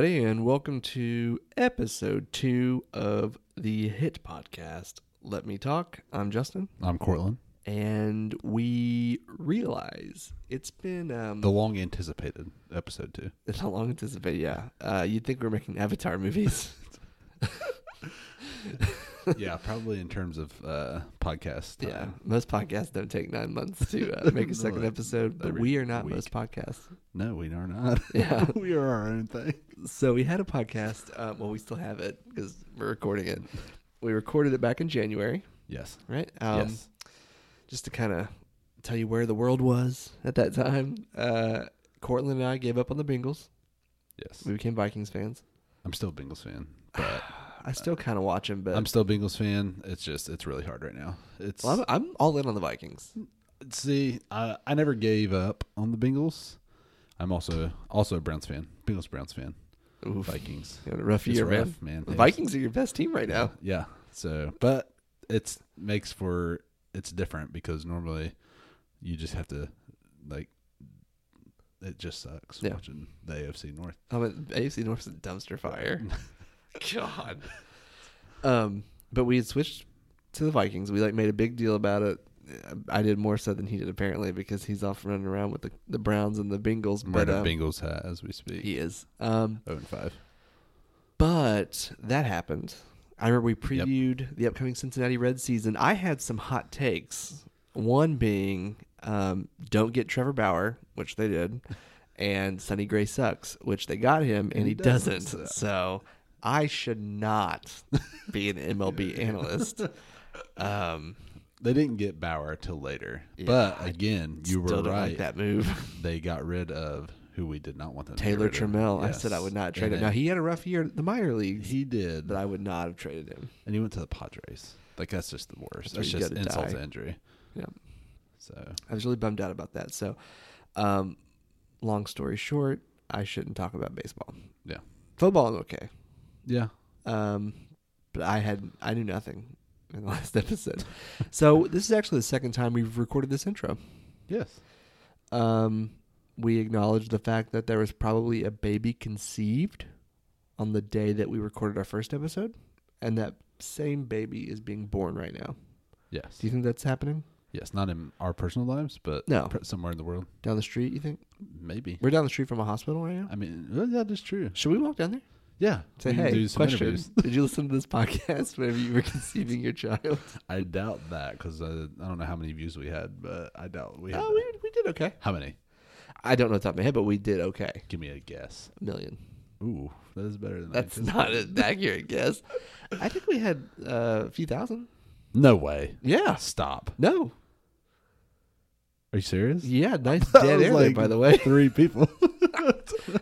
welcome to episode two of the Hit Podcast. Let me talk. I'm Justin, I'm Cortland. and we realize it's been um, The long anticipated episode two. it's not long anticipated. Yeah, uh, you'd think we're making Avatar movies. yeah, probably in terms of uh, podcast. Time. yeah, most podcasts don't take nine months to uh, make a second Like episode, but every we are not week. most podcasts. No, we are not. Yeah. we are our own thing. so we had a podcast. Um, well, we still have it because we're recording it. We recorded it back in January, Yes. right? Um, yes. Just to kind of tell you where the world was at that time. Uh, Cortland and I gave up on the Bengals. Yes. We became Vikings fans. I'm still a Bengals fan, but I still kind of watch them, but Uh, I'm still a Bengals fan. It's just it's really hard right now. It's well, I'm, I'm all in on the Vikings. see, I, I never gave up on the Bengals. I'm also also a Browns fan. Bengals Browns fan. Oof. Mm, Vikings. You had a rough It's year, man. rough, man. The Things- Vikings are your best team right now. Yeah. So, but it's makes for it's different because normally you just have to like it just sucks Yeah. watching the AFC North. I mean, AFC North's a dumpster fire. God. Um, but we had switched to the Vikings. We like made a big deal about it. I did more so than he did apparently because he's off running around with the, the Browns and the Bengals. I'm wearing But a um, uh, Bengals hat as we speak. he is. Um, Oh and five. but that happened. I remember we previewed the upcoming Cincinnati Red season. I had some hot takes. One being, um, don't get Trevor Bauer, which they did, and Sonny Gray sucks, which they got him, and he doesn't. So I should not be an MLB analyst. Um, They didn't get Bauer till later, but again, still you were don't like right. that move. They got rid of who we did not want them. Taylor to get rid of. Trammell. I Yes. said I would not trade And him. Now he had a rough year at the minor leagues, he did, but I would not have traded him. and he went to the Padres. Like that's just the worst. where That's, you just gotta insult die. to injury. Yeah. So I was really bummed out about that. So, um, long story short, I shouldn't talk about baseball. yeah, Football, I'm okay. yeah. Um, but I had I knew nothing in the last episode. so this is actually the second time we've recorded this intro. Yes. Um, we acknowledge the fact that there was probably a baby conceived on the day that we recorded our first episode, and that same baby is being born right now. Yes. Do you think that's happening Yes, not in our personal lives, but No. pr- somewhere in the world, down the street? You think maybe. we're down the street from a hospital right now? I mean, well, that is true. Should we walk down there? Yeah. Say, we can hey, do some question. interviews. Did you listen to this podcast whenever you were conceiving your child? I doubt that because I, I don't know how many views we had, but I doubt we had. Oh, that. we, we did okay. How many? I don't know off the top of my head, but we did okay. Give me a guess. A million. Ooh, that is better than I That's not an accurate guess. I think we had uh, a few thousand. anticipated. No way. Yeah. Stop. No. Are you serious? Yeah, nice That dead air was there, like by the way. Three people.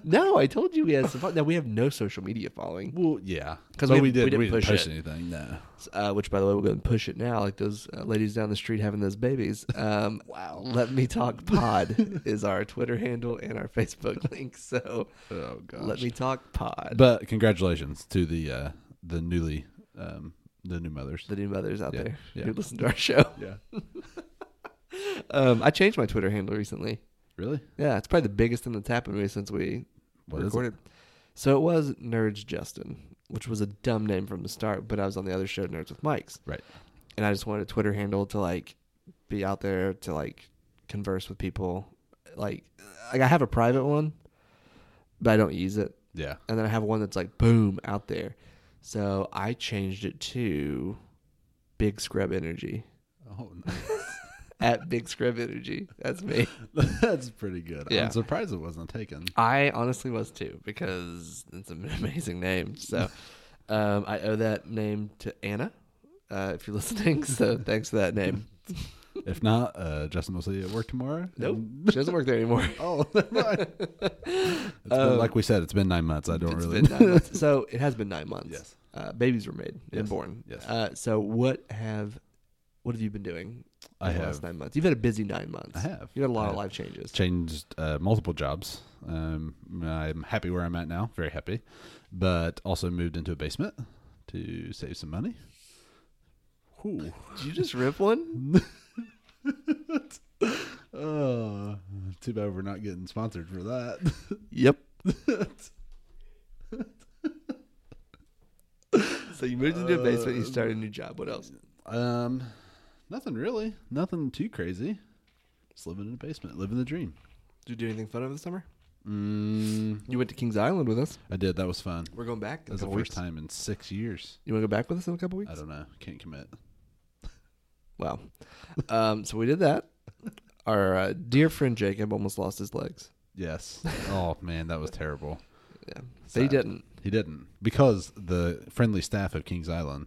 No, I told you we had some. fol- Now, we have no social media following, well, yeah, 'Cause But we- we, did. we didn't we didn't push post it. anything. No. uh, which, by the way, we'll go and push it now, like those uh, ladies down the street having those babies. Um, wow. Let Me Talk Pod is our Twitter handle and our Facebook link. So, Oh god. Let Me Talk Pod. But congratulations to the uh, the newly um, the new mothers. the new mothers out Yeah, there yeah. who listen to our show. yeah. Um, I changed my Twitter handle recently. Really? Yeah, it's probably the biggest thing that's happened to me since we What is it? recorded. So it was Nerds Justin, which was a dumb name from the start, but I was on the other show, Nerds with Mikes, Right. and I just wanted a Twitter handle to like be out there to like converse with people. Like, like I have a private one, but I don't use it. Yeah. and then I have one that's like boom out there. So I changed it to Big Scrub Energy Oh, at Big Scrub Energy. That's me. that's pretty good. Yeah. I'm surprised it wasn't taken. I honestly was too because it's an amazing name. So um, I owe that name to Anna, uh, if you're listening. So thanks for that name. If not, uh, Justin will see you at work tomorrow. Nope, And- she doesn't work there anymore. Oh, never mind. It's been- like we said, it's been nine months. I don't It's really. been nine months. So it has been nine months. Yes. Uh, babies were made and Yes. born. Yes. Uh, so what have what have you been doing? I in the have- last nine months. You've had a busy nine months. I have. You had a lot I of have. life changes. changed uh, multiple jobs. Um, I'm happy where I'm at now, very happy, but also moved into a basement to save some money. Whew. Did you just rip one? Uh, too bad we're not getting sponsored for that. Yep. so you moved into a basement. You started a new job. What else? Um, nothing really. Nothing too crazy. Just living in a basement, living the dream. Did you do anything fun over the summer? Mm, You went to Kings Island with us. I did. That was fun. We're going back. in a That's the couple first weeks. time in six years. You want to go back with us in a couple weeks? I don't know. Can't commit. Wow. Um, so we did that. Our uh, dear friend Jacob almost lost his legs. Yes. oh man, that was terrible. Yeah, they Sad. didn't. He didn't because the friendly staff of Kings Island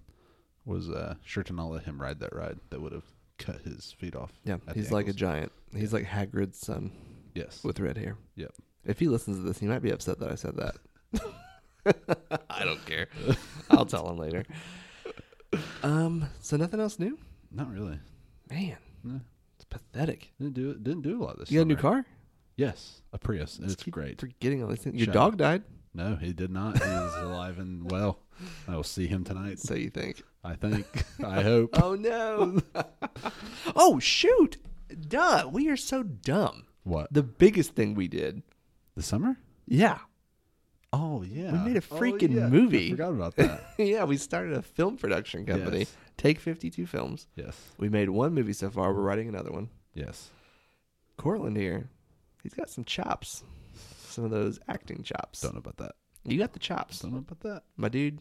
was uh, sure to not let him ride that ride. That would have cut his feet off. Yeah, at the he's like a ankles. giant. He's like Hagrid's son yes. with red hair. Yep. If he listens to this, he might be upset that I said that. I don't care. I'll tell him later. Um. So nothing else new, Not really. man. No. It's pathetic. Didn't do it. Didn't do a lot this. You got a new summer. car? Yes, a Prius. and Just It's keep great. Forgetting all these things. Your Shut dog died. No, he did not. He is alive and well. I will see him tonight. So you think? I think. I hope. Oh no. oh shoot. Duh. We are so dumb. What The biggest thing we did. the summer? Yeah. Oh yeah, We made a Oh, freaking yeah. movie. I forgot about that. yeah, we started a film production company. Yes. Take 52 films. yes, We made one movie so far. We're writing another one. yes. Cortland here, he's got some chops. Some of those acting chops. Don't know about that. You got the chops. Don't know about that. My dude,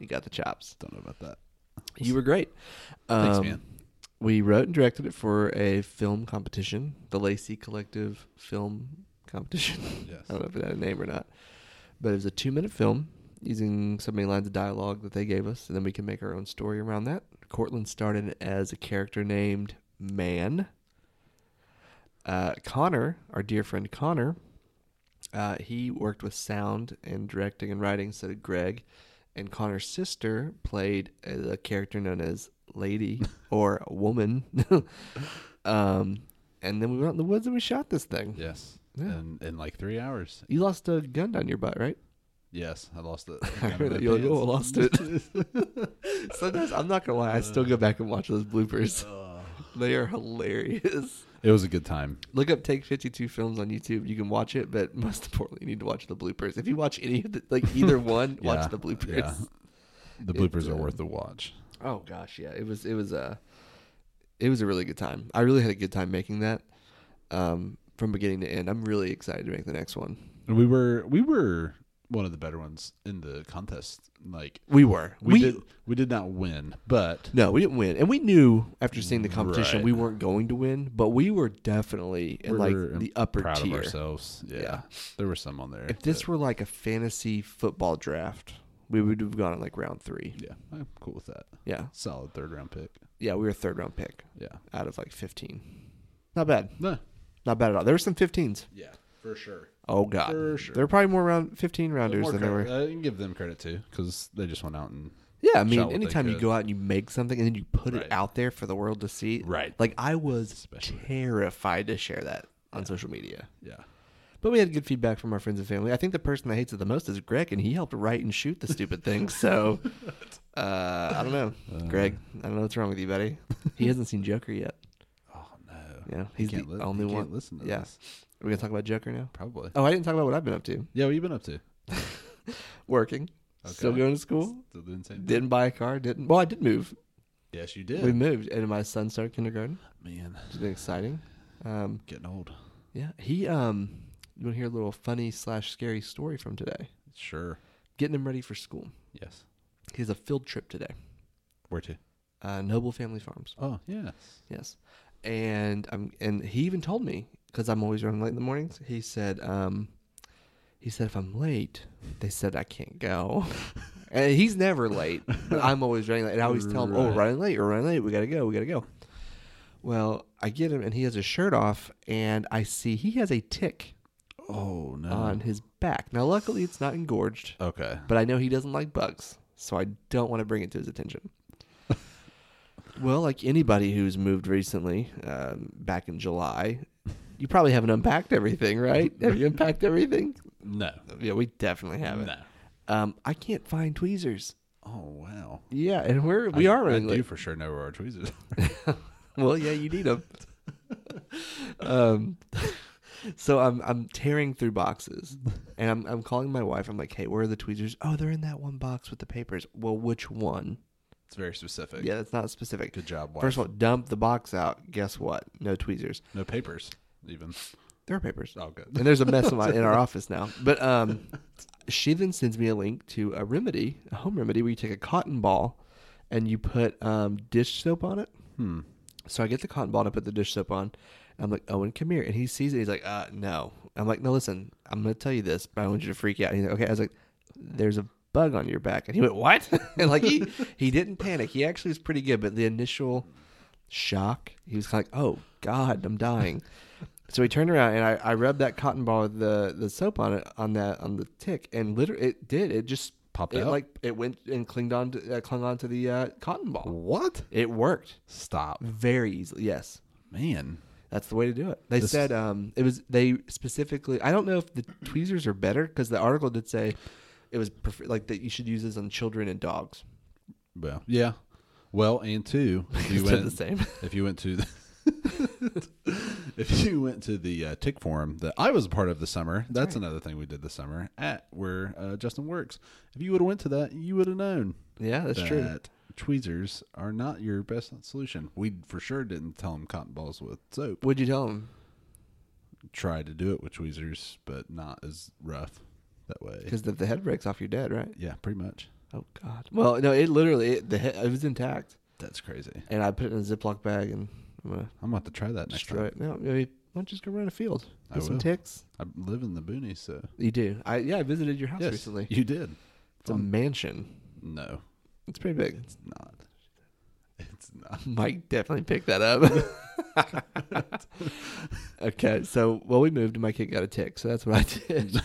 you got the chops. Don't know about that. You were great. Thanks, Um, man. We wrote and directed it for a film competition, the Lacey Collective Film Competition. Yes. I don't know if it had a name or not. But it was a two minute film using so many lines of dialogue that they gave us, and then we can make our own story around that. Cortland started as a character named Man. Uh, Connor, our dear friend Connor, uh, he worked with sound and directing and writing, so did Greg. And Connor's sister played a a character known as Lady or Woman. um, and then we went out in the woods and we shot this thing. Yes. Yeah. And in like three hours. You lost a gun down your butt, right? Yes, I lost it. I heard that. You're like, oh, I lost it. Sometimes I'm not gonna lie, I still go back and watch those bloopers. They are hilarious. It was a good time. Look up Take 52 Films on YouTube. You can watch it, but most importantly, you need to watch the bloopers. If you watch any of the, like either one, Yeah, watch the bloopers. yeah. The It, bloopers are uh, worth the watch. Oh gosh, yeah. It was it was a it was a really good time. I really had a good time making that. Um from beginning to end. I'm really excited to make the next one. And we were we were one of the better ones in the contest. Like We were. we, did we did not win, but No, we didn't win. And we knew after seeing the competition Right. we weren't going to win, but we were definitely in we were like the upper proud tier. of ourselves. Yeah, Yeah. there were some on there. If this that- were like a fantasy football draft, we would have gone in like round three. yeah, I'm cool with that. Yeah. Solid third round pick. Yeah, we were a third round pick Yeah, out of like fifteen. Not bad. no, Not bad at all. There were some fifteens. yeah, for sure. Oh god. For sure. There were probably more round fifteen rounders More than there were. credit- I can give them credit too because they just went out and Yeah, I shot mean, what they anytime you could. go out and you make something and then you put Right. it out there for the world to see, Right. Like I was Especially. terrified to share that on social media, yeah. but we had good feedback from our friends and family. I think the person that hates it the most is Greg, and he helped write and shoot the stupid thing. So uh, I don't know, Greg. I don't know what's wrong with you, buddy. He hasn't seen Joker yet. Oh no. Yeah, he's the can't li- only he one. Can't listen to Yeah. this. We're gonna talk about Joker now. Probably. Oh, I didn't talk about what I've been up to. Yeah, what you been up to? Working, still Okay. going to school. Still doing the same. Didn't buy a car. Didn't. Well, I did move. Yes, you We did. moved, and my son started kindergarten. Man, It's been exciting. Um, getting old. yeah, he. Um, you want to hear a little funny slash scary story from today? Sure. Getting him ready for school. Yes. He has a field trip today. Where to? Uh, Noble Family Farms. Oh yes. Yes, and um, and he even told me because I'm always running late in the mornings. He said, um, he said if I'm late, they said I can't go. and he's never late. but I'm always running late. And I always tell him, "Oh, Right. running late, we're running late. We gotta go. We gotta go." Well, I get him, and he has his shirt off, and I see he has a tick Oh no. on his back. Now, luckily, it's not engorged, Okay. but I know he doesn't like bugs, so I don't want to bring it to his attention. well, like anybody who's moved recently, um, back in July, you probably haven't unpacked everything, right? Have you unpacked everything? No. Yeah, we definitely haven't. No. Um, I can't find tweezers. Oh wow. Yeah, and we're we I- are I running do late. for sure know where our tweezers. are. Well, yeah, you need them. um, So I'm I'm tearing through boxes, and I'm I'm calling my wife. I'm like, hey, where are the tweezers? Oh, they're in that one box with the papers. Well, which one? It's very specific. Yeah, that's not specific. Good job, wife. First of all, dump the box out. Guess what? No tweezers. no papers, even. There are papers. Oh, good. and there's a mess in, my, in our office now. But um, she then sends me a link to a remedy, a home remedy, where you take a cotton ball and you put um, dish soap on it. Hmm. So I get the cotton ball and I put the dish soap on. And I'm like, Owen, come here. And he sees it. He's like, uh, no. I'm like, no, listen, I'm going to tell you this, but I want you to freak out. And he's like, okay. I was like, there's a bug on your back. And he went, what? and like, he, he didn't panic. He actually was pretty good, but the initial shock, he was kind of like, oh, God, I'm dying. so he turned around and I, I rubbed that cotton ball with the, the soap on it, on that, on the tick. And literally, it did. It just Popped it out? like it went and clinged on to, uh, clung on to the uh, cotton ball. What? It worked Stop, very easily. Yes, man. that's the way to do it. They This- said um, it was they specifically. I don't know if the tweezers are better because the article did say it was prefer- like that you should use this on children and dogs. Well, yeah. Well, and two, if you Is it went the same? if you went to the, if you went to the uh, tick forum that I was a part of this summer, that's another thing we did this summer at where uh, Justin works. If you would have went to that, you would have known Yeah, that's that true. tweezers are not your best solution. We for sure didn't tell him cotton balls with soap. What'd you tell them? Try to do it with tweezers, but not as rough that way. Because if the head breaks off, you're dead, right? Yeah, pretty much. Oh God. Well, no, it literally it, the head, it was intact, That's crazy. and I put it in a Ziploc bag and I'm gonna I'm about to try that next destroy it. time. No, maybe why don't you just go run a field? I Get some will. ticks. I live in the boonies, so You do. I yeah. I visited your house yes, recently. you did. It's a mansion. No, It's pretty big. it's not. It's not. Mike definitely picked that up. okay, so well, we moved and my kid got a tick, so that's what I did.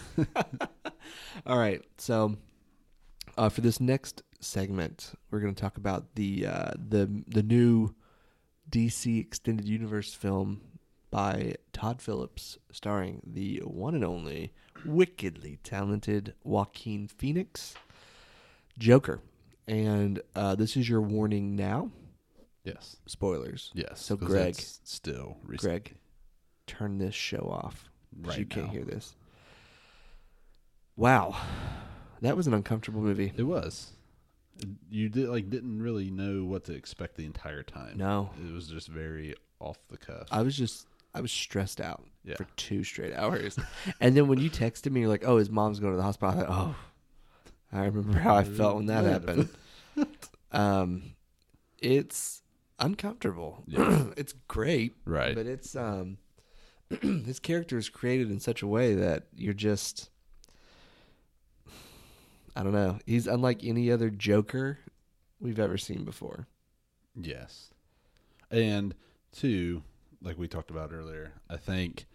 All right, so uh, for this next segment, we're going to talk about the uh, the the new DC Extended Universe film by Todd Phillips, starring the one and only wickedly talented Joaquin Phoenix, Joker, and uh, this is your warning now Yes. spoilers. Yes. So 'cause Greg- that's still recent. Greg, turn this show off. 'cause Right you can't now. hear this. Wow, that was an uncomfortable movie. It was. You did like didn't really know what to expect the entire time. No, It was just very off the cuff. I was just I was stressed out Yeah. for two straight hours, and then when you texted me, you're like, "Oh, his mom's going to the hospital." I thought, oh, I remember how I felt when that happened. Um, it's uncomfortable. it's great. right. but it's um his character is created in such a way that you're just I don't know. He's unlike any other Joker we've ever seen before. Yes. And two, like we talked about earlier, I think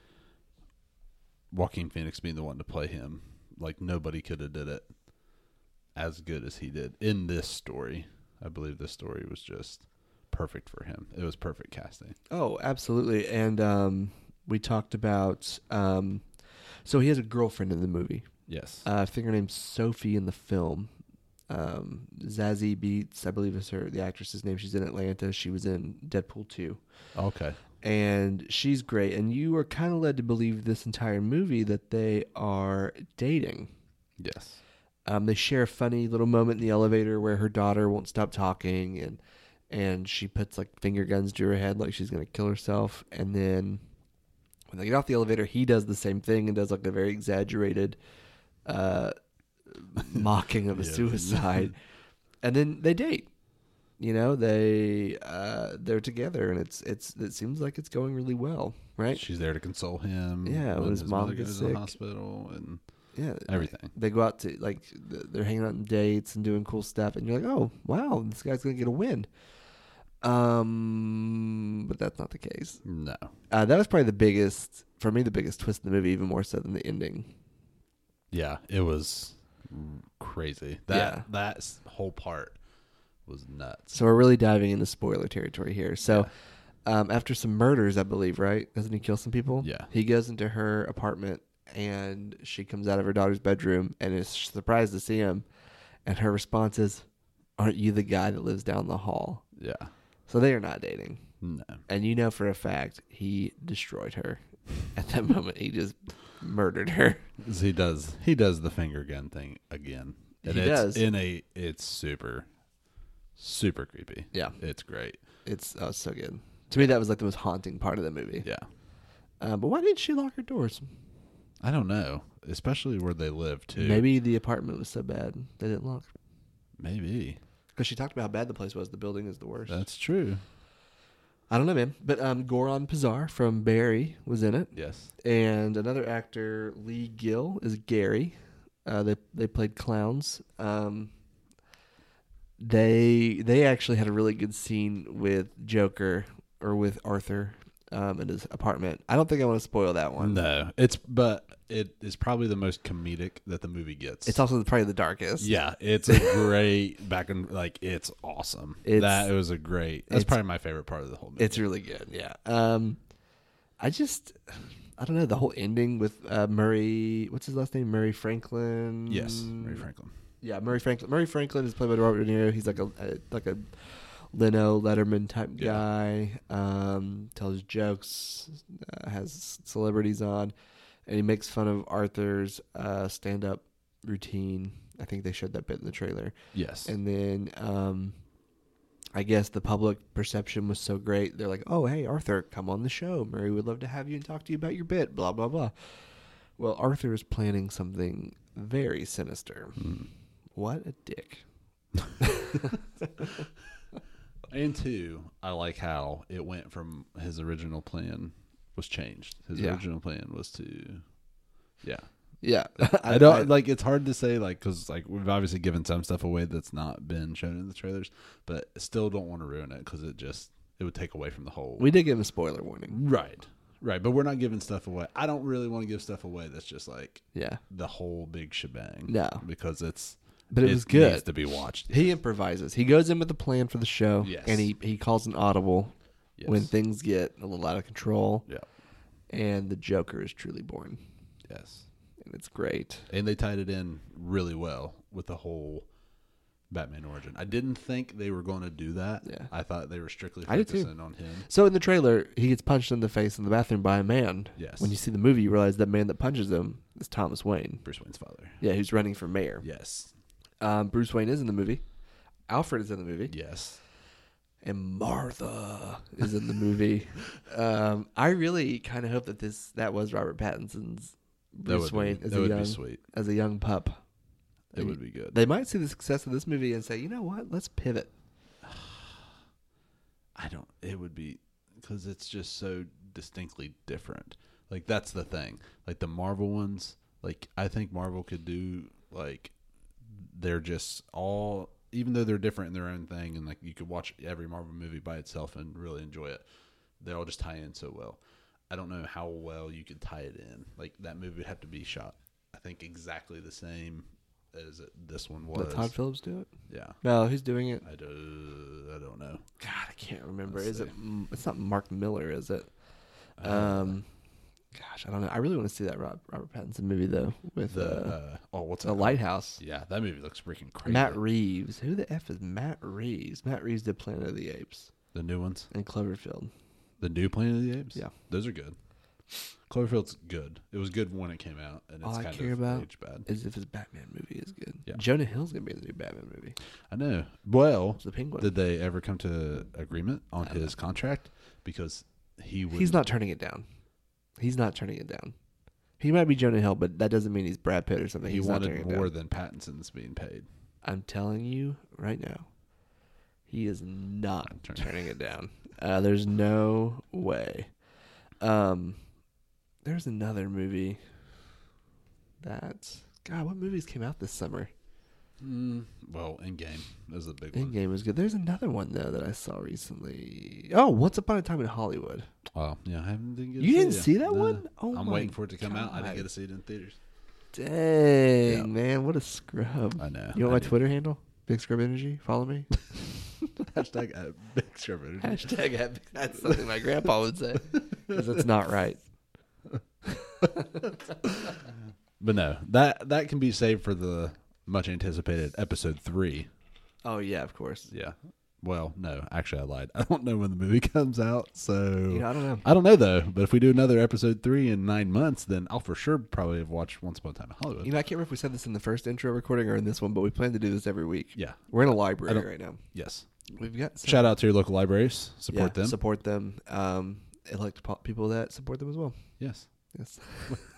Joaquin Phoenix being the one to play him, like nobody could have did it as good as he did in this story. I believe this story was just perfect for him. It was perfect casting. Oh, absolutely. And um we talked about um so he has a girlfriend in the movie. Yes. Uh, I think her name's Sophie in the film. Um, Zazie Beats, I believe is her the actress's name. She's in Atlanta. She was in Deadpool 2. okay. and she's great. And you are kind of led to believe this entire movie that they are dating. Yes. Um, they share a funny little moment in the elevator where her daughter won't stop talking, and and she puts like finger guns to her head like she's gonna kill herself. And then when they get off the elevator, he does the same thing and does like a very exaggerated uh, mocking of a Yeah. suicide. And then they date. You know they uh, they're together, and it's it's it seems like it's going really well, right? She's there to console him. Yeah, when his mom mother gets goes to the sick. Uh, hospital and Yeah, everything. they go out to like th- they're hanging out on dates and doing cool stuff and you're like oh wow this guy's gonna get a win um but that's not the case No. uh, that was probably the biggest for me the biggest twist in the movie even more so than the ending Yeah, it was crazy. That Yeah. that s- whole part was nuts. so we're really diving into spoiler territory here so um, after some murders i believe right doesn't he kill some people Yeah. he goes into her apartment and she comes out of her daughter's bedroom and is surprised to see him and her response is aren't you the guy that lives down the hall Yeah. so they are not dating No. and you know for a fact he destroyed her at that moment. He just murdered her. He does. He does the finger gun thing again. And He it's does. In a, it's super, super creepy. Yeah. It's great. It's oh, it's so good. To me, that was like the most haunting part of the movie. Yeah. Uh, but why didn't she lock her doors? I don't know, especially where they live too. Maybe the apartment was so bad they didn't lock. Maybe Because she talked about how bad the place was. The building is the worst. that's true. I don't know, man. But um, Goran Pazar from Barry was in it, Yes. and another actor, Lee Gill, is Gary. Uh, they they played clowns. Um, they they actually had a really good scene with Joker or with Arthur um, in his apartment. I don't think I want to spoil that one. No, it's but it is probably the most comedic that the movie gets. It's also probably the darkest. yeah, it's a great back and like it's awesome. It's- that it was a great. That's it's- probably my favorite part of the whole movie. It's really good. Yeah. Um, I just, I don't know the whole ending with uh, Murray. What's his last name? Murray Franklin. yes, mm. Ray Franklin. Yeah, Murray Franklin. Murray Franklin is played by Robert De Niro. He's like a, a like a Leno Letterman type Yeah. guy. Um, tells jokes, uh, has celebrities on, and he makes fun of Arthur's uh, stand up routine. I think they showed that bit in the trailer. Yes, And then um, I guess the public perception was so great. They're like, oh, hey, Arthur, come on the show. Murray would love to have you and talk to you about your bit, blah, blah, blah. Well, Arthur is planning something very sinister. Hmm. What a dick. and two, I like how it went from his original plan was changed. His Yeah. original plan was to, yeah, Yeah. I don't like. It's hard to say, like, because like we've obviously given some stuff away that's not been shown in the trailers, but still don't want to ruin it because it just it would take away from the whole. we did give him a spoiler warning. right, right, but we're not giving stuff away. I don't really want to give stuff away that's just like Yeah. the whole big shebang. No. because it's But it was good. needs to be watched. He improvises. He goes in with a plan for the show, Yes. and he, he calls an audible Yes. when things get a little out of control, yeah, and the Joker is truly born. yes, And it's great. and they tied it in really well with the whole. Batman origin. I didn't think they were going to do that. Yeah. I thought they were strictly I did too. focusing on him. So in the trailer, he gets punched in the face in the bathroom by a man. Yes. When you see the movie, you realize that man that punches him is Thomas Wayne. Bruce Wayne's father. Yeah, who's running for mayor. Yes. Um, Bruce Wayne is in the movie. Alfred is in the movie, Yes. and Martha is in the movie. um, I really kind of hope that this that was Robert Pattinson's Bruce that would Wayne be, as that a would young be sweet. as a young pup. It would be good. They might see the success of this movie and say, you know what, let's pivot. I don't. It would be because it's just so distinctly different. Like that's the thing. Like the Marvel ones. Like I think Marvel could do like they're just all even though they're different in their own thing and like you could watch every Marvel movie by itself and really enjoy it. They all just tie in so well. I don't know how well you could tie it in. Like that movie would have to be shot. I think exactly the same as it, this one was. Let Todd Phillips do it. yeah. No, who's doing it? I, do, I don't know. God, I can't remember. Let's is it? see. M- It's not Mark Miller, is it? I don't know. Um, gosh, I don't know. I really want to see that Rob, Robert Pattinson movie though with the uh, uh, oh, what's the it? Lighthouse. Yeah, that movie looks freaking crazy. Matt Reeves. Who the f is Matt Reeves? Matt Reeves did Planet of the Apes the new ones, and Cloverfield. the new Planet of the Apes. Yeah. those are good. Cloverfield's good. It was good when it came out, and it's All I kind care of about aged bad. Is if his Batman movie is good. Yeah. Jonah Hill's gonna be in the new Batman movie. I know. Well, It's the Penguin. did they ever come to agreement on I don't his contract? Because he would. He's not turning it down. He's not turning it down. He might be Jonah Hill, but that doesn't mean he's Brad Pitt or something. He he's not wanted turning it more down. than Pattinson's being paid. I'm telling you right now, he is not Not turning- turning it down. Uh, there's no way. Um, there's another movie that God, what movies came out this summer? Mm, well, Endgame is a big In one. Game was good. There's another one though that I saw recently. Oh, Once Upon a Time in Hollywood. Oh, yeah, I haven't didn't get You to didn't it. see that No. one? Oh, I'm my waiting for it to come out. I God. didn't get to see it in theaters. Dang Yeah. man, what a scrub. I know. You know I my did. Twitter handle? Big Scrub Energy. Follow me. Hashtag uh, at Big Trevor. Hashtag epic. That's something my grandpa would say. Because it's not right. But no, that that can be saved for the much anticipated episode three. Oh, yeah, of course. Yeah, Well, no, actually, I lied. I don't know when the movie comes out, so You know, I don't know. I don't know though. But if we do another episode three in nine months, then I'll for sure probably have watched Once Upon a Time in Hollywood. You know, I can't remember if we said this in the first intro recording or in this one, but we plan to do this every week. yeah. We're in a I library don't- right now. Yes. We've got some, Shout out to your local libraries. Support yeah, them. Support them. Um, elect po- people that support them as well. yes. Yes.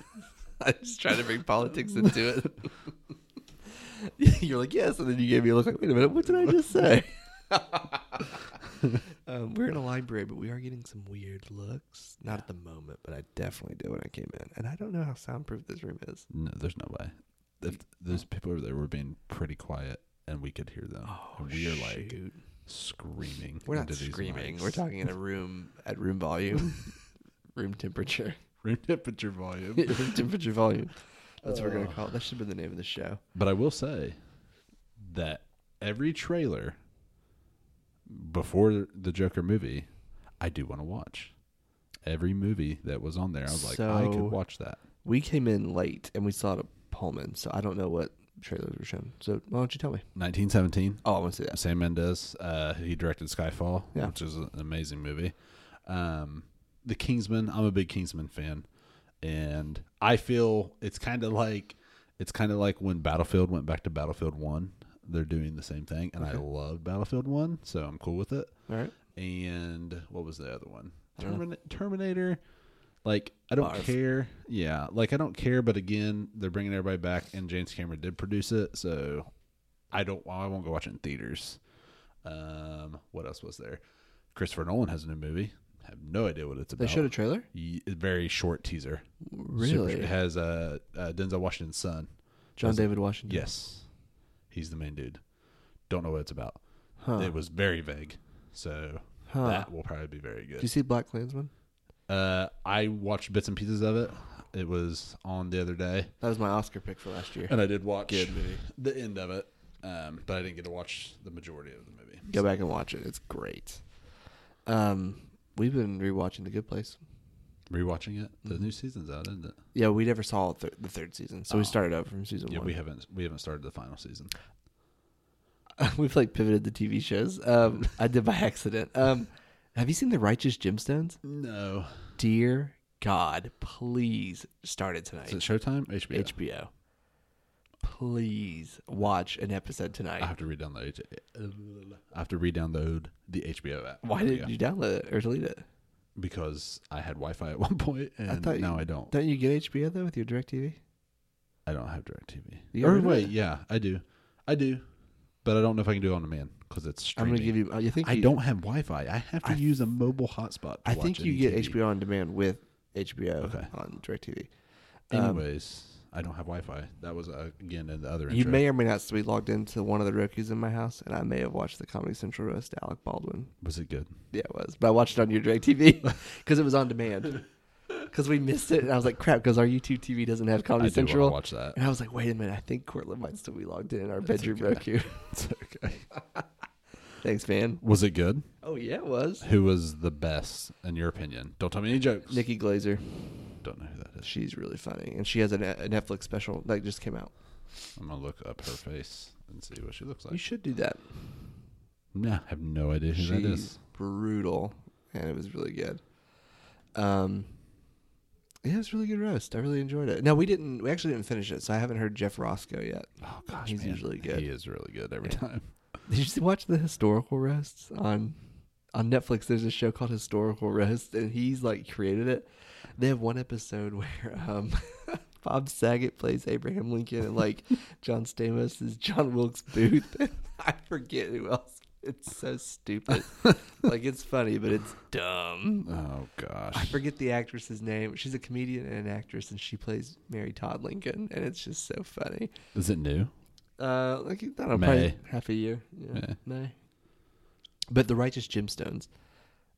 I was trying to bring politics into it. You're like, yes. And then you gave me a look like, wait a minute, what did I just say? um, we're in a library, but we are getting some weird looks. Not at the moment, but I definitely did when I came in. And I don't know how soundproof this room is. No, there's no way. If those people over there were being pretty quiet, and we could hear them, and Oh, we are like Oh, shoot. screaming. We're not into these screaming. mics. We're talking in a room at room volume, room temperature, room temperature volume. room temperature volume. That's what we're gonna call it. That should have been the name of the show. But I will say that every trailer before the Joker movie, I do want to watch. Every movie that was on there, I was like, I So- could watch that. We came in late and we saw it at Pullman, so I don't know what trailers were shown. So why don't you tell me? 1917, Oh, I want to see that. Sam Mendes. Uh, he directed Skyfall, Yeah. which is an amazing movie. Um, the Kingsman. I'm a big Kingsman fan, and I feel it's kind of like it's kind of like when Battlefield went back to Battlefield One. They're doing the same thing, and I loved Battlefield One, so I'm cool with it. All right. And what was the other one? I don't Termin- Terminator. Like I don't Barf. care. Yeah, like I don't care. But again, they're bringing everybody back, and James Cameron did produce it, so I don't. I won't go watch it in theaters. Um, what else was there? Christopher Nolan has a new movie. have no idea what it's They about. showed a trailer. Y- very short teaser. Super- Really? it has uh, uh, Denzel Washington's son. John David Washington. Yes, he's the main dude. Don't know what it's about. Huh. It was very vague, so Huh. that will probably be very Did you good. see Black Klansman? Uh, I watched bits and pieces of it. It was on the other day, That was my Oscar pick for last year. and I did watch Good movie. the end of it, um, but I didn't get to watch the majority of the movie. Go back and watch it. It's great. Um, we've been rewatching The Good Place. Rewatching it, the Mm-hmm. new season's out, isn't it? Yeah, we never saw th- the third season, so Oh. we started over from season Yeah, one. we haven't we haven't started the final season. We've like pivoted the TV shows. Um, I did by accident. Um, have you seen The Righteous Gemstones? No, Dear God, please start it tonight. is it Showtime? HBO. HBO. Please watch an episode I tonight. have to redownload. H- I have to redownload the HBO app. Why Yeah. didn't you download it or delete it? Because I had Wi-Fi at one point, and thought you- now I don't. Don't you get HBO though with your DirecTV? I don't have DirecTV. You got Or rid of wait, it? yeah, I do. I do. But I don't know if I can do it on demand because it's I'm streaming. gonna give you. uh, You think I you- don't have Wi-Fi. I have to I- use a mobile hotspot. To I think watch you any get TV. HBO on demand with HBO Okay. on DirecTV. Um, Anyways, I don't have Wi-Fi. That was uh, again in the other. You intro. may or may not be logged into one of the Roku's in my house, and I may have watched the Comedy Central roast to Alec Baldwin. Was it good? Yeah, it was. But I watched it on your DirecTV because it was on demand. Because we missed it, and I was like, "Crap!" Because our YouTube TV doesn't have Comedy I do wanna Central. watch that. And I was like, "Wait a minute! I think Cortland might still be logged in in our bedroom Roku." It's okay. Thanks, man. Was it good? Oh yeah, it was Who was the best in your opinion? Don't tell me any jokes. Nikki Glazer. Don't know who that is. She's really funny, and she has a, Ne- a Netflix special that just came out. I'm gonna look up her face and see what she looks You like. should do that. Nah, I have no idea who that She's is. brutal, and it was really good. Um, yeah, it was a really good roast. I really enjoyed it. No, we didn't. We actually didn't finish it, so I haven't heard Jeff Roscoe yet. Oh gosh, He's man. usually good. He is really good every Yeah. time. Did you see- watch the historical roasts on on Netflix? There's a show called Historical Roast, and he's like created it. They have one episode where um, Bob Saget plays Abraham Lincoln, and like John Stamos is John Wilkes Booth. I forget who else. It's so stupid. like it's funny, but it's dumb. Oh I gosh. forget the actress's name. She's a comedian and an actress, and she plays Mary Todd Lincoln, and it's just so funny. Is it new? Uh, like I don't know, May. probably half a year. Yeah, Yeah. May. But the Righteous Gemstones.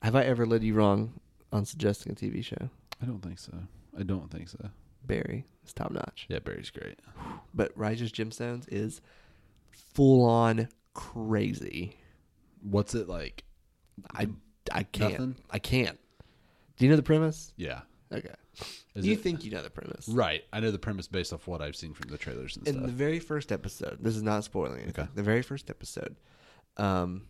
Have I ever led you wrong on suggesting a TV show? I don't think so. I don't think so. Barry is top notch, Yeah, Barry's great. but Righteous Gemstones is full on crazy. What's it like? I I can't. Nothing? I can't. Do you know the premise? Yeah. Okay. Is you it- think you know the premise? Right. I know the premise based off what I've seen from the trailers and in the stuff. very first episode this is not spoiling anything Okay. the very first episode um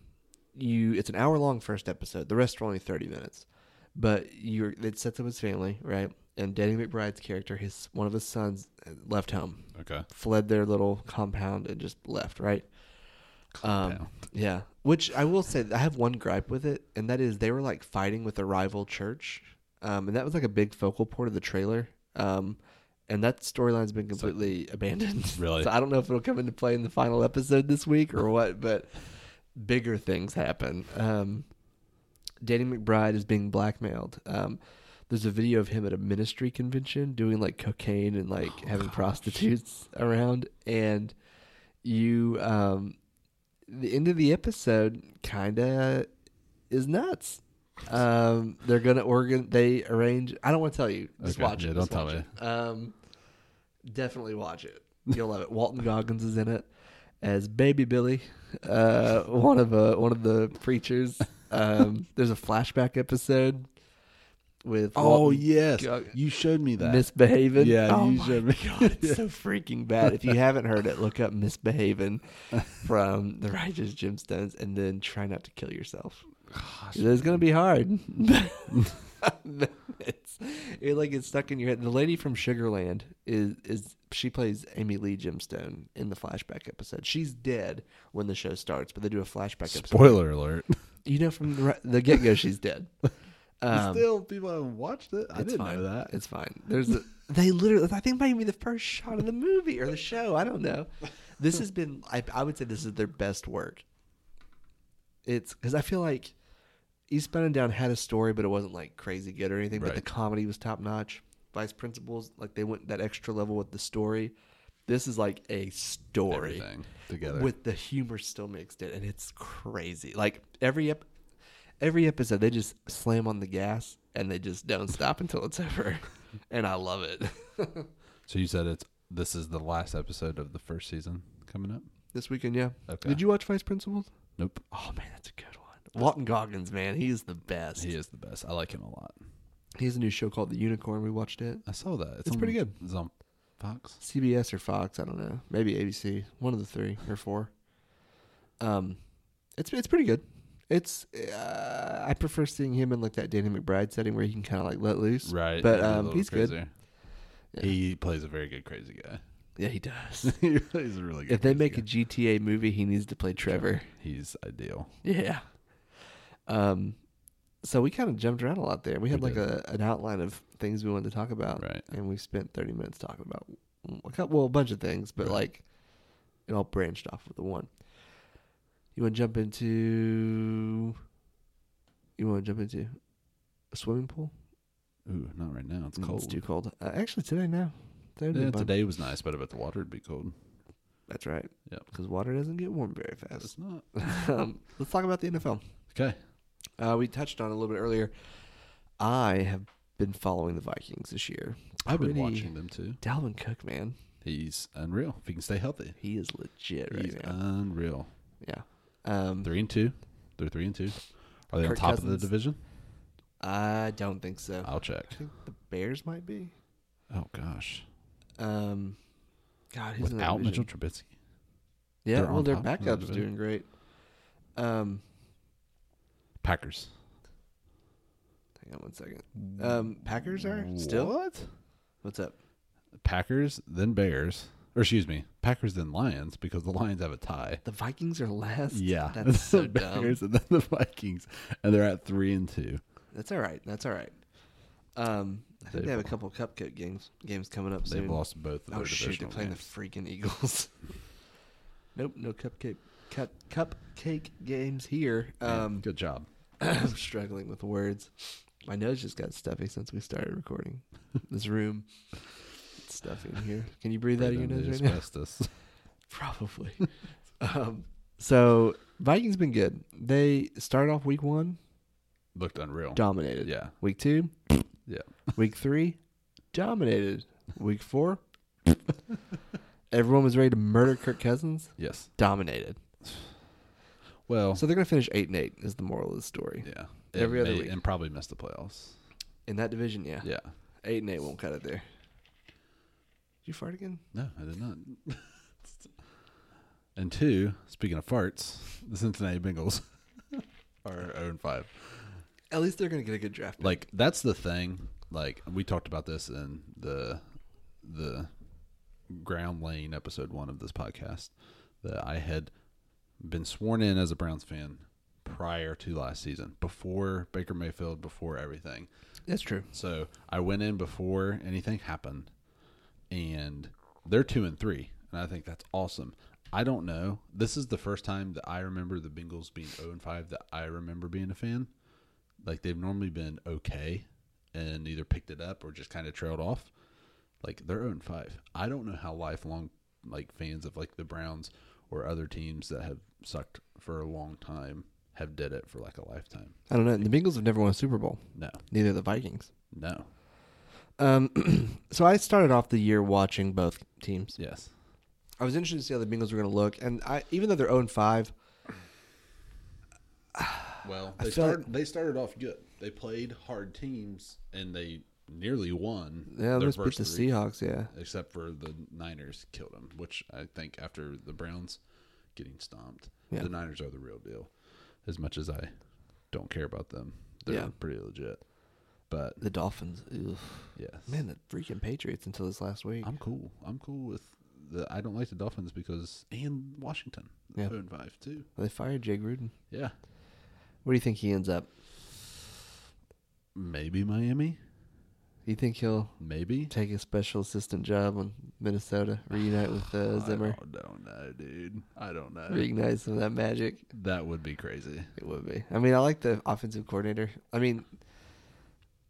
you it's an hour long first episode. The rest are only thirty minutes, but you're it sets up his family right. And Danny McBride's character, his one of his sons, left home, Okay. fled their little compound, and just left. Right. Um, yeah. Which I will say, I have one gripe with it, and that is they were like fighting with a rival church, um, and that was like a big focal point of the trailer. Um, and that storyline's been completely abandoned. Really? so I don't know if it'll come into play in the final episode this week or what, but bigger things happen. Um, Danny McBride is being blackmailed. Um, there's a video of him at a ministry convention doing like cocaine and like having prostitutes around, and you um, the end of the episode kind of is nuts. Um, they're gonna organ. They arrange. I don't want to tell you. Just Okay, watch it. yeah, just don't tell watch me. it. Um, definitely watch it. You'll love it. Walton Goggins is in it as Baby Billy, uh, one of uh, one of the preachers. Um, there's a flashback episode with Oh Walton yes, Gog- you showed me that. misbehaving. Yeah, oh you my showed me. God, it's so freaking bad. If you haven't heard it, look up Misbehaving from The Righteous Gemstones and then try not to kill yourself. It's going to be hard. it's, it like it's stuck in your head. The lady from Sugarland is is she plays Amy Lee Gemstone in the flashback episode. She's dead when the show starts, but they do a flashback episode. Spoiler alert. You know from the, ri- the get go she's dead. Um, Still, people haven't watched it. I it's didn't fine. know that. It's fine. There's a, they literally. I think maybe the first shot of the movie or the show. I don't know. This has been. I, I would say this is their best work. It's because I feel like Eastbound and Down had a story, but it wasn't like crazy good or anything. But the Right. comedy was top notch. Vice Principals, like they went that extra level with the story. This is like a story Everything together. with the humor still mixed in, and it's crazy. Like every ep- every episode, they just slam on the gas and they just don't stop until it's over, and I love it. so you said it's this is the last episode of the first season coming up. this weekend, yeah. Okay. Did you watch Vice Principals? Nope. Oh man, that's a good one. Walton Goggins, man, he's the best. He is the best. I like him a lot. He has a new show called The Unicorn. We watched it. I saw that. It's on- pretty good. It's on Fox. CBS or Fox, I don't know. Maybe ABC, one of the three or four. Um, it's it's pretty good. It's uh, I prefer seeing him in like that Danny McBride setting where he can kind of like let loose. Right. But he's a um, little he's good. crazier. Yeah. He plays a very good crazy guy. Yeah, he does. he plays a really good. if they crazy make guy. a GTA movie, he needs to play Trevor. he's ideal. Yeah. Um, so we kind of jumped around a lot there. We had We like a, an outline of things we wanted to talk about, Right. and we spent thirty minutes talking about a couple, well, a bunch of things, but Right. like it all branched off with the one. You want to jump into? You want to jump into a swimming pool? Ooh, not right now. It's Mm, cold. It's too cold. Uh, actually, today now. Today, would be yeah, fun. today was nice, but I bet the water would be cold. That's right. Yep. Because water doesn't get warm very fast. It's not. um, let's talk about the NFL. Okay. Uh, we touched on it a little bit earlier. I have been following the Vikings this year. I've been Pretty- watching them too. Dalvin Cook, man, He's unreal. If he can stay healthy, he is legit right he's now. unreal. yeah. Um, Three and two. They're three and two. Are they Kirk on top of Cousins. the division? I don't think so. I'll check. I think the Bears might be. Oh gosh. Um, God, who's in that Without division? Mitchell Trubisky. Yeah, they're well, on their top of the backup's division. doing great. Um, Packers. hang on one second. Um, Packers are still. what? What's up? Packers, then Bears. Or excuse me, Packers then Lions because the Lions have a tie. The Vikings are last. Yeah, that's so the dumb. Bears and then the Vikings, and they're at three and two. That's all right. That's all right. Um, I think They've they have a lo- couple cupcake games games coming up soon. They've lost both of their Oh shoot! They're divisional playing games. the freaking Eagles. nope, no cupcake cup, cupcake games here. Man, Um, good job. I'm struggling with words. My nose just got stuffy since we started recording. this room, it's stuffy in here. Can you breathe out of your Breathe in nose the right now? asbestos. Probably. um, so Vikings been good. They started off week one Looked unreal. dominated. Yeah, Week two, yeah. Week three, dominated. Week four, everyone was ready to murder Kirk Cousins. Yes. Dominated. Well, So they're going to finish eight and eight is the moral of the story yeah. every And other may- week. and probably missed the playoffs. in that division. Yeah. Yeah. eight and eight won't cut it there. Did you fart again? No, I did not. and two, speaking of farts, the Cincinnati Bengals or 0 and 5. At least they're going to get a good draft. pick. Like that's the thing. Like we talked about this in the the ground lane episode 1 of this podcast that I had been sworn in as a Browns fan prior to last season, before Baker Mayfield, before everything. That's true. So I went in before anything happened, and they're two and three, and I think that's awesome. I don't know. This is the first time that I remember the Bengals being zero and five that I remember being a fan. Like they've normally been okay, and either picked it up or just kind of trailed off. Like they're zero and five. I don't know how lifelong like fans of like the Browns or other teams that have sucked for a long time have did it for like a lifetime. I don't know. The Bengals have never won a Super Bowl. No, Neither have the Vikings. no, Um, so I started off the year watching both teams. yes, I was interested to see how the Bengals were going to look, and I, even though they're 0 5, Well, I they feel started. They started off good. They played hard teams and they nearly won. yeah, their let's beat first the three, Seahawks. Yeah, Except for the Niners killed them, which I think after the Browns getting stomped, Yeah. the Niners are the real deal. As much as I don't care about them, they're Yeah. pretty legit. But the Dolphins. Oof. yes, Man, the freaking Patriots until this last week. I'm cool. I'm cool with the. I don't like the Dolphins because and Washington, Yeah. zero and five too. They fired Jay Gruden. Yeah, Where do you think he ends up? maybe Miami, You think he'll maybe take a special assistant job in Minnesota, reunite with uh, Zimmer, I don't know, dude. I don't know. reignite some of that magic? That would be crazy. It would be. I mean, I like the offensive coordinator. I mean,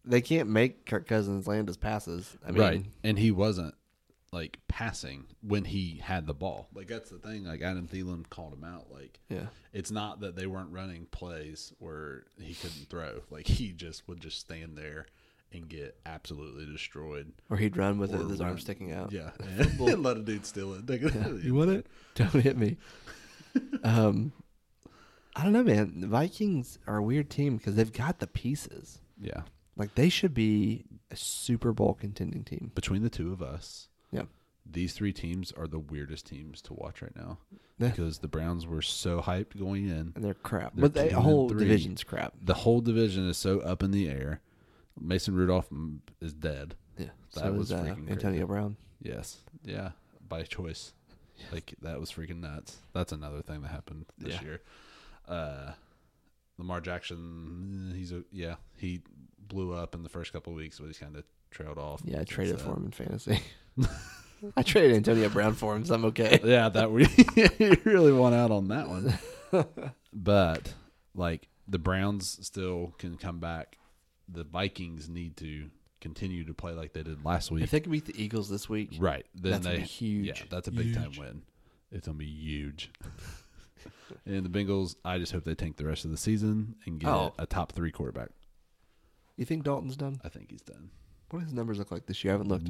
they can't make Kirk Cousins land his passes. I mean, right. And he wasn't like passing when he had the ball. Like that's the thing. Like Adam Thielen called him out. Like yeah. it's not that they weren't running plays where he couldn't throw. Like he just would just stand there and get absolutely destroyed. Or he'd run with it, Or with his run. arm sticking out. Yeah. And let a dude steal it. Take it. want it? Don't hit me. um, I don't know, man. The Vikings are a weird team because they've got the pieces. Yeah. Like they should be a Super Bowl contending team. Between the two of us, Yeah. these three teams are the weirdest teams to watch right now Yeah. because the Browns were so hyped going in. And they're crap. They're but the two and whole three. division's crap. the whole division is so up in the air. Mason Rudolph mm, is dead. Yeah. That so was was, uh, freaking Antonio crazy. Brown. Yes. Yeah. By choice. Like that was freaking nuts. That's another thing that happened this Yeah. year. Uh Lamar Jackson, he's a yeah, he blew up in the first couple of weeks, but he's kind of trailed off. uh, Yeah, I since traded then. for him in fantasy. I traded Antonio Brown for him, so I'm okay. yeah, that we you really won out on that one. but like the Browns still can come back. The Vikings need to continue to play like they did last week. If they can beat the Eagles this week, Right. Then That's they gonna be huge. Yeah, that's a big time win. It's gonna be huge. and the Bengals, I just hope they tank the rest of the season and get Oh. a top three quarterback. you think Dalton's done? I think he's done. What do his numbers look like this year? I haven't looked.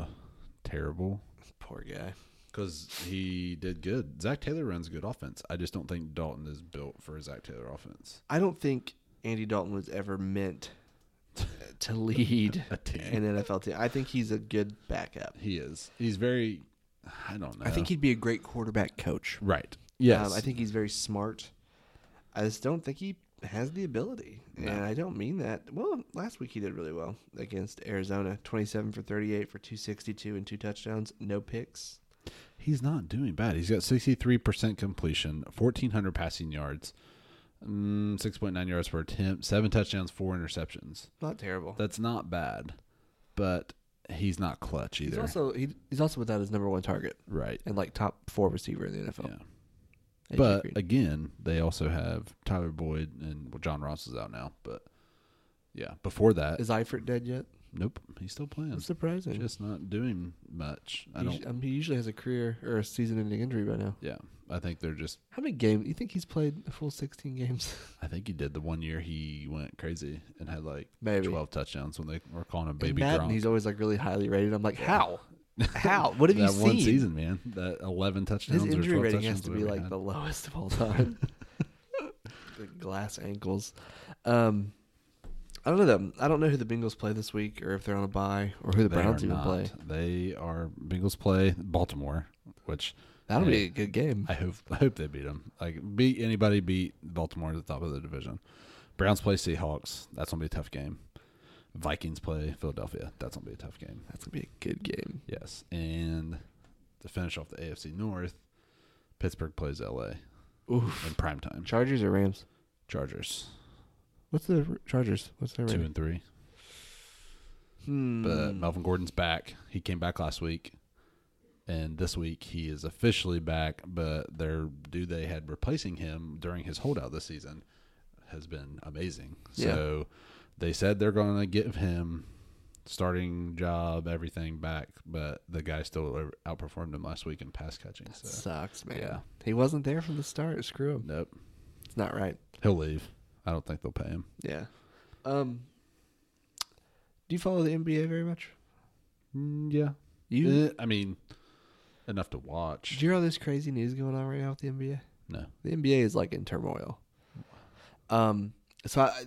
Ugh, terrible. Poor guy. Because he did good. Zach Taylor runs a good offense. I just don't think Dalton is built for a Zach Taylor offense. I don't think Andy Dalton was ever meant to lead A team. an NFL team. I think he's a good backup. He is. He's very. I don't know. I think he'd be a great quarterback coach. Right. Yes. Um, I think he's very smart. I just don't think he has the ability. And I don't mean that. Well, last week he did really well against Arizona 27 for 38 for 262 and two touchdowns, no picks. He's not doing bad. He's got 63% completion, 1,400 passing yards, mm, 6.9 yards per attempt, seven touchdowns, four interceptions. Not terrible. That's not bad, but he's not clutch He's either. also he, he's also without his number one target right. and like top four receiver in the NFL. Yeah. AJ But Green. again, they also have Tyler Boyd and well, John Ross is out now. But yeah, before that, is Eifert dead yet? nope, he's still playing. That's surprising. Just not doing much. I He don't. usu- I mean, he usually has a career or a season-ending injury by now. Yeah, I think they're just. How many games? You think he's played a full 16 games? I think he did the one year he went crazy and had like Maybe. 12 touchdowns when they were calling him In baby Madden, Gronk. he's always like really highly rated. I'm like, how? How? What have you that seen? one season, man. That 11 touchdowns His injury or 12 rating touchdowns. has to be whatever he like had. the lowest of all time. the glass ankles. Um, I don't know them. I don't know who the Bengals play this week, or if they're on a bye, or who the They Browns are even not. play. They are Bengals play Baltimore, which That'll be Yeah. a good game. I hope I hope they beat them. Like beat anybody, beat Baltimore at the top of the division. Browns play Seahawks. That's gonna be a tough game. Vikings play Philadelphia. That's gonna be a tough game. That's gonna be a good game. Yes, and to finish off the AFC North, Pittsburgh plays LA Oof. in prime time. Chargers or Rams? Chargers What's the r- Chargers? What's their two rating? and three, Hmm. but Melvin Gordon's back. He came back last week, and this week he is officially back. But their do they had replacing him during his holdout this season has been amazing. Yeah. So they said they're going to give him starting job, everything back, but the guy still over- outperformed him last week in pass catching. So Sucks, man. yeah. He wasn't there from the start. Screw him. nope. It's not right. He'll leave. I don't think they'll pay him. Yeah. Um. Do you follow the NBA very much? Mm, yeah. You? Eh, I mean, enough to watch. Do you hear all this crazy news going on right now with the NBA? No. The NBA is like in turmoil. Um, so I,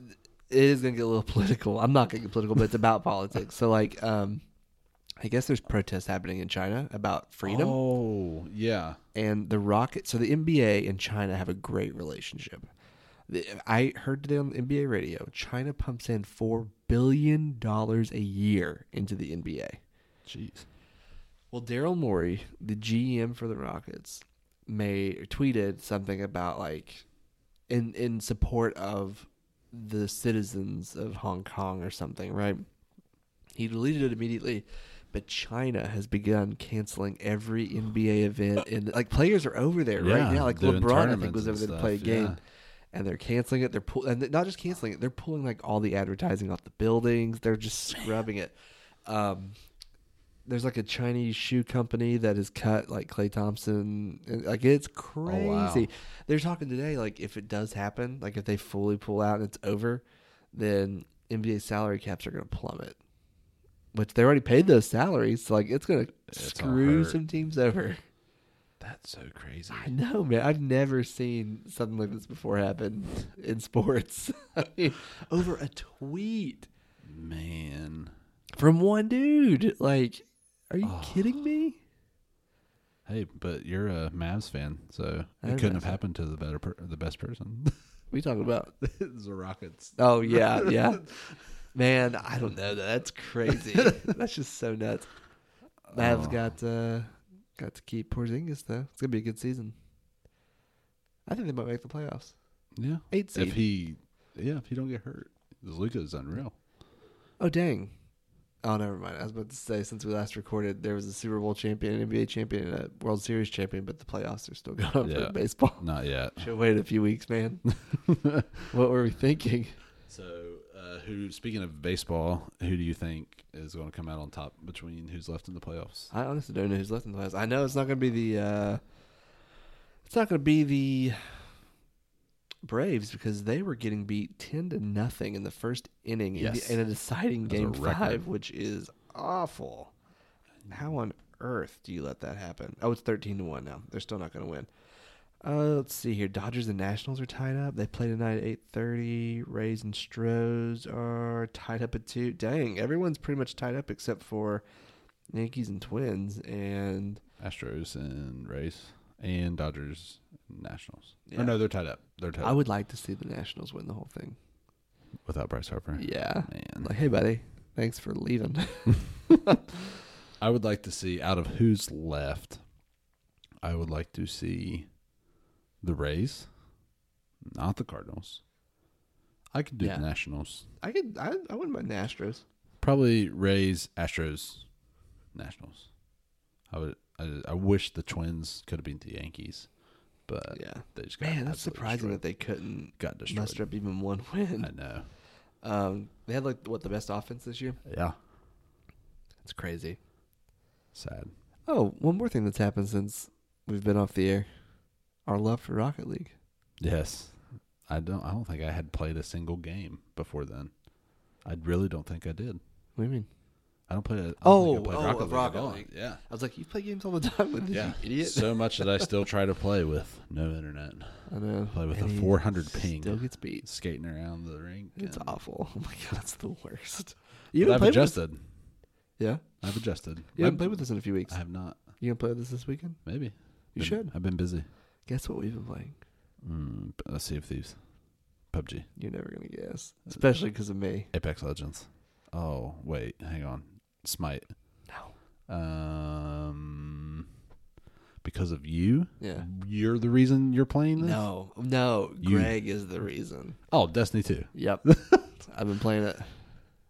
it is going to get a little political. I'm not going to get political, but it's about politics. So like, um, I guess there's protests happening in China about freedom Oh, yeah. and the Rocket. So the NBA and China have a great relationship. The, I heard today on the NBA radio, China pumps in four billion dollars a year into the NBA. Jeez. Well, Daryl Morey, the GM for the Rockets, may tweeted something about like in in support of the citizens of Hong Kong or something, right? He deleted it immediately, but China has begun canceling every NBA event and like players are over there right Yeah, now. Like doing LeBron, I think tournaments was over and there to play a stuff, game. yeah. And they're canceling it. They're pull- and not just canceling it. They're pulling like all the advertising off the buildings. They're just scrubbing it. Um, there's like a Chinese shoe company that has cut like Clay Thompson. and, Like it's crazy. wow. They're talking today. Like if it does happen, like if they fully pull out and it's over, then NBA salary caps are going to plummet. Which they already paid those salaries, so like it's going to It's gonna screw hurt. some teams over. That's so crazy. I know, man. I've never seen something like this before happen in sports. I mean, over a tweet Man. from one dude. Like, are you kidding me? Hey, but you're a Mavs fan, so I it am a couldn't Mavs have fan. happened to the better, per- the best person. What are you talking about? it's the Rockets. Oh yeah, yeah. Man, I don't know. That's crazy. That's just so nuts. Mavs Oh. got uh, got to keep Porzingis though. It's gonna be a good season. I think they might make the playoffs. Yeah. Eight seed. If he, yeah, if he don't get hurt, Luca is unreal. oh dang. Oh, never mind. I was about to say since we last recorded, there was a Super Bowl champion, an NBA champion, and a World Series champion, but the playoffs are still going on Yeah. for baseball. Not yet. Should wait a few weeks, man. what were we thinking? So, uh, who? Speaking of baseball, who do you think is going to come out on top between who's left in the playoffs? I honestly don't know who's left in the playoffs. I know it's not going to be the uh, it's not going to be the Braves because they were getting beat ten to nothing in the first inning in, Yes. the, in a deciding That's a game record. five, which is awful. How on earth do you let that happen? Oh, it's thirteen to one now. They're still not going to win. Uh, let's see here. Dodgers and Nationals are tied up. They play tonight at eight thirty. Rays and Stros are tied up at two. Dang, everyone's pretty much tied up except for Yankees and Twins, and Astros and Rays and Dodgers and Nationals. Yeah. Oh no, they're tied up. They're tied I up would like to see the Nationals win the whole thing. without Bryce Harper. Yeah, Man, like hey, buddy, thanks for leaving. I would like to see out of who's left. I would like to see the Rays, not the Cardinals. I could do Yeah. the Nationals. I could, I, I wouldn't mind the Astros. Probably Rays, Astros, Nationals. I would. I, I wish the Twins could have beat the Yankees, but Yeah, they just got man, that's Uh, absolutely surprising destroyed. that they couldn't got destroyed. muster up even one win. I know. Um, they had like what the best offense this year. Yeah. It's crazy. Sad. Oh, one more thing that's happened since we've been off the air: our love for Rocket League. Yes. I don't. I don't think I had played a single game before then. I really don't think I did. What do you mean? I don't play. I don't Oh, think I played oh, Rocket of League at Rocket all. League. Yeah. I was like, you play games all the time with this, Yeah. you idiot. so much that I still try to play with no internet, I know. Play with a he 400 ping. Still gets beat. skating around the rink. It's and- awful. Oh my god, it's the worst. But You haven't I've played with adjusted. This? Yeah, I've adjusted. you My- haven't played with this in a few weeks. I have not. You gonna play with this this weekend? Maybe. You Been- should. I've been busy. Guess what we've been playing? Mm, uh, Sea of Thieves, PUBG, You're never gonna guess, Uh, especially because of me. Apex Legends. Oh wait, hang on, Smite. No. Um, because of you, Yeah. you're the reason you're playing this. No, no. You- Greg is the reason. Oh, Destiny Two. Yep. I've been playing it.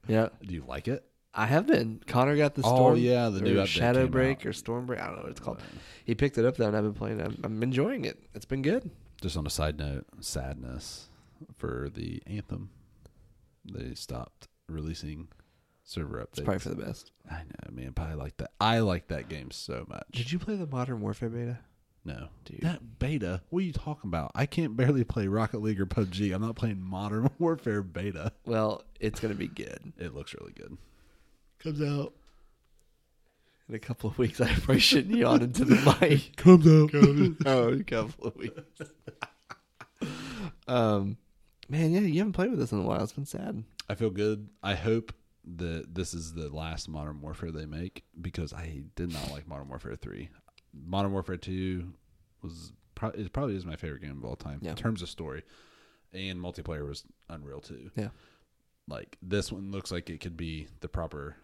Yep. Do you like it? I have been. Connor got the Oh, storm. yeah, the new or update shadow came break out. or storm break. I don't know what it's called. He picked it up though, and I've been playing. it. I'm, I'm enjoying it. It's been good. Just on a side note, sadness for the Anthem. They stopped releasing server It's updates. probably for the best. I know, man. But I like that. I like that game so much. Did you play the Modern Warfare beta? No, Dude. that beta. What are you talking about? I can't barely play Rocket League or PUBG. I'm not playing Modern Warfare beta. Well, it's gonna be good. It looks really good. Comes out. In a couple of weeks, I probably shouldn't yawn into the mic. Comes out. oh, in a couple of weeks. um, man, yeah, you haven't played with us in a while. It's been sad. I feel good. I hope that this is the last Modern Warfare they make because I did not like Modern Warfare three. Modern Warfare two was pro- it probably is my favorite game of all time Yeah. in terms of story, and multiplayer was unreal too. Yeah. like this one looks like it could be the proper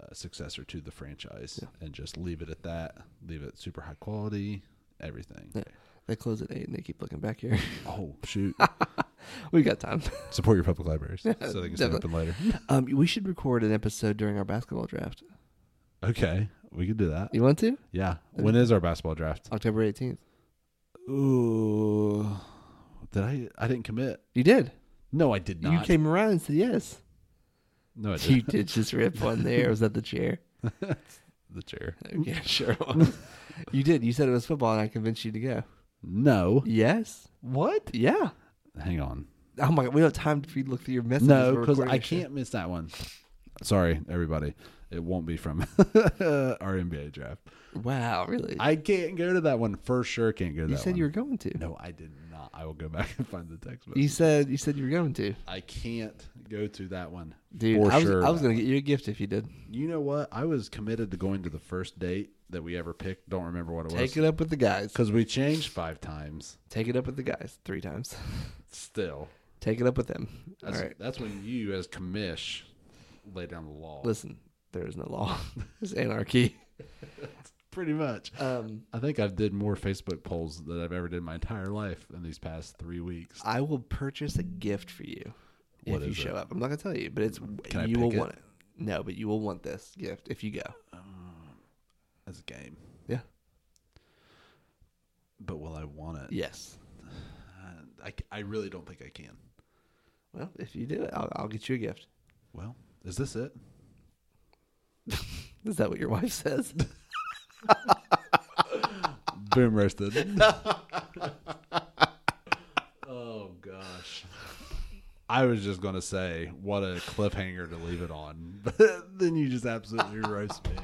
uh, successor to the franchise, Yeah. and just leave it at that. Leave it super high quality, everything. Yeah. They close at eight, and they keep looking back here. Oh shoot! We've got time. Support your public libraries so they can stay Definitely. open later. Um, we should record an episode during our basketball draft. Okay, we could do that. You want to? Yeah. When is our basketball draft? October eighteenth. Ooh. Did I? I didn't commit. You did. No, I did not. You came around and said yes. No, I did. You did just rip one there. Was that the chair? the chair. Yeah, sure. it was. you did. You said it was football, and I convinced you to go. No. Yes. What? Yeah. Hang on. Oh my god, we don't have time for you to look through your messages. No, We're because recording I this shit. can't miss that one. Sorry, everybody. It won't be from our NBA draft. Wow, really? I can't go to that one for sure. Can't go to you that said one. you were going to. No, I did not. I will go back and find the text message. You said you said you were going to. I can't go to that one. Dude, for I was, sure. I was going to get you a gift if you did. You know what? I was committed to going to the first date that we ever picked. Don't remember what it was. Take it up with the guys. Because we changed five times. Take it up with the guys three times. Still. Take it up with them. All That's, right. that's when you, as commish, lay down the law. Listen, there is no law. it's anarchy. Pretty much. Um, I think I've did more Facebook polls than I've ever did in my entire life in these past three weeks. I will purchase a gift for you What if you is show up. I'm not going to tell you, but it's Can I you will pick it? want it. No, but you will want this gift if you go. That's a game. Yeah. But will I want it? Yes. Uh, I, I really don't think I can. Well, if you do it, I'll, I'll get you a gift. Well, is this it? Is that what your wife says? Boom roasted. oh gosh. I was just gonna say what a cliffhanger to leave it on, but then you just absolutely roast me.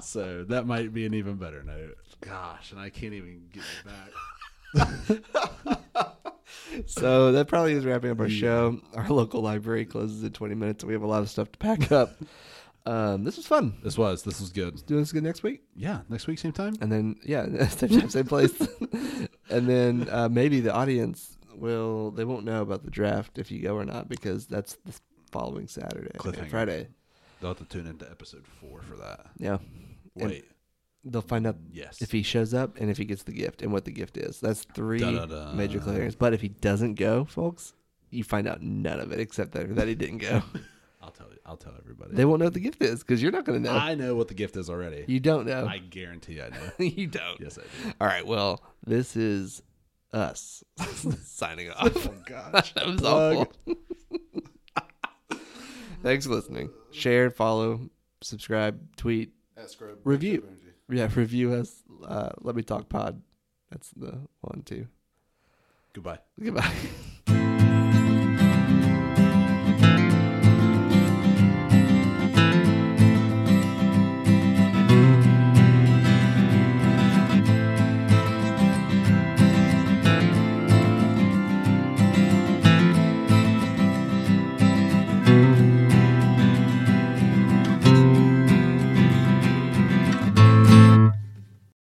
So that might be an even better note. Gosh, and I can't even get it back. So that probably is wrapping up our show. Our local library closes in 20 minutes, and we have a lot of stuff to pack up. um, this was fun. This was this was good. Do this again next week, Yeah, next week same time. and then yeah, same time, same place, and then uh, maybe the audience will they won't know about the draft if you go or not because that's the following Saturday, Cliffhanger. Friday. They'll have to tune into episode four for that. Yeah, And Wait, they'll find out yes. if he shows up and if he gets the gift and what the gift is. That's three Da-da-da. major cliffhangers. But if he doesn't go, folks, you find out none of it except that, that he didn't go. I'll tell you I'll tell everybody. They won't know what the gift is because you're not going to know. I know what the gift is already. you don't know. I guarantee I know. you don't. yes I do. All right. Well, this is us signing off. Oh gosh. that was Plug. awful. Thanks for listening. Share, follow, subscribe, tweet, Escrow Review. yeah, review us. Uh, Let me talk pod. That's the one, two. Goodbye. Goodbye.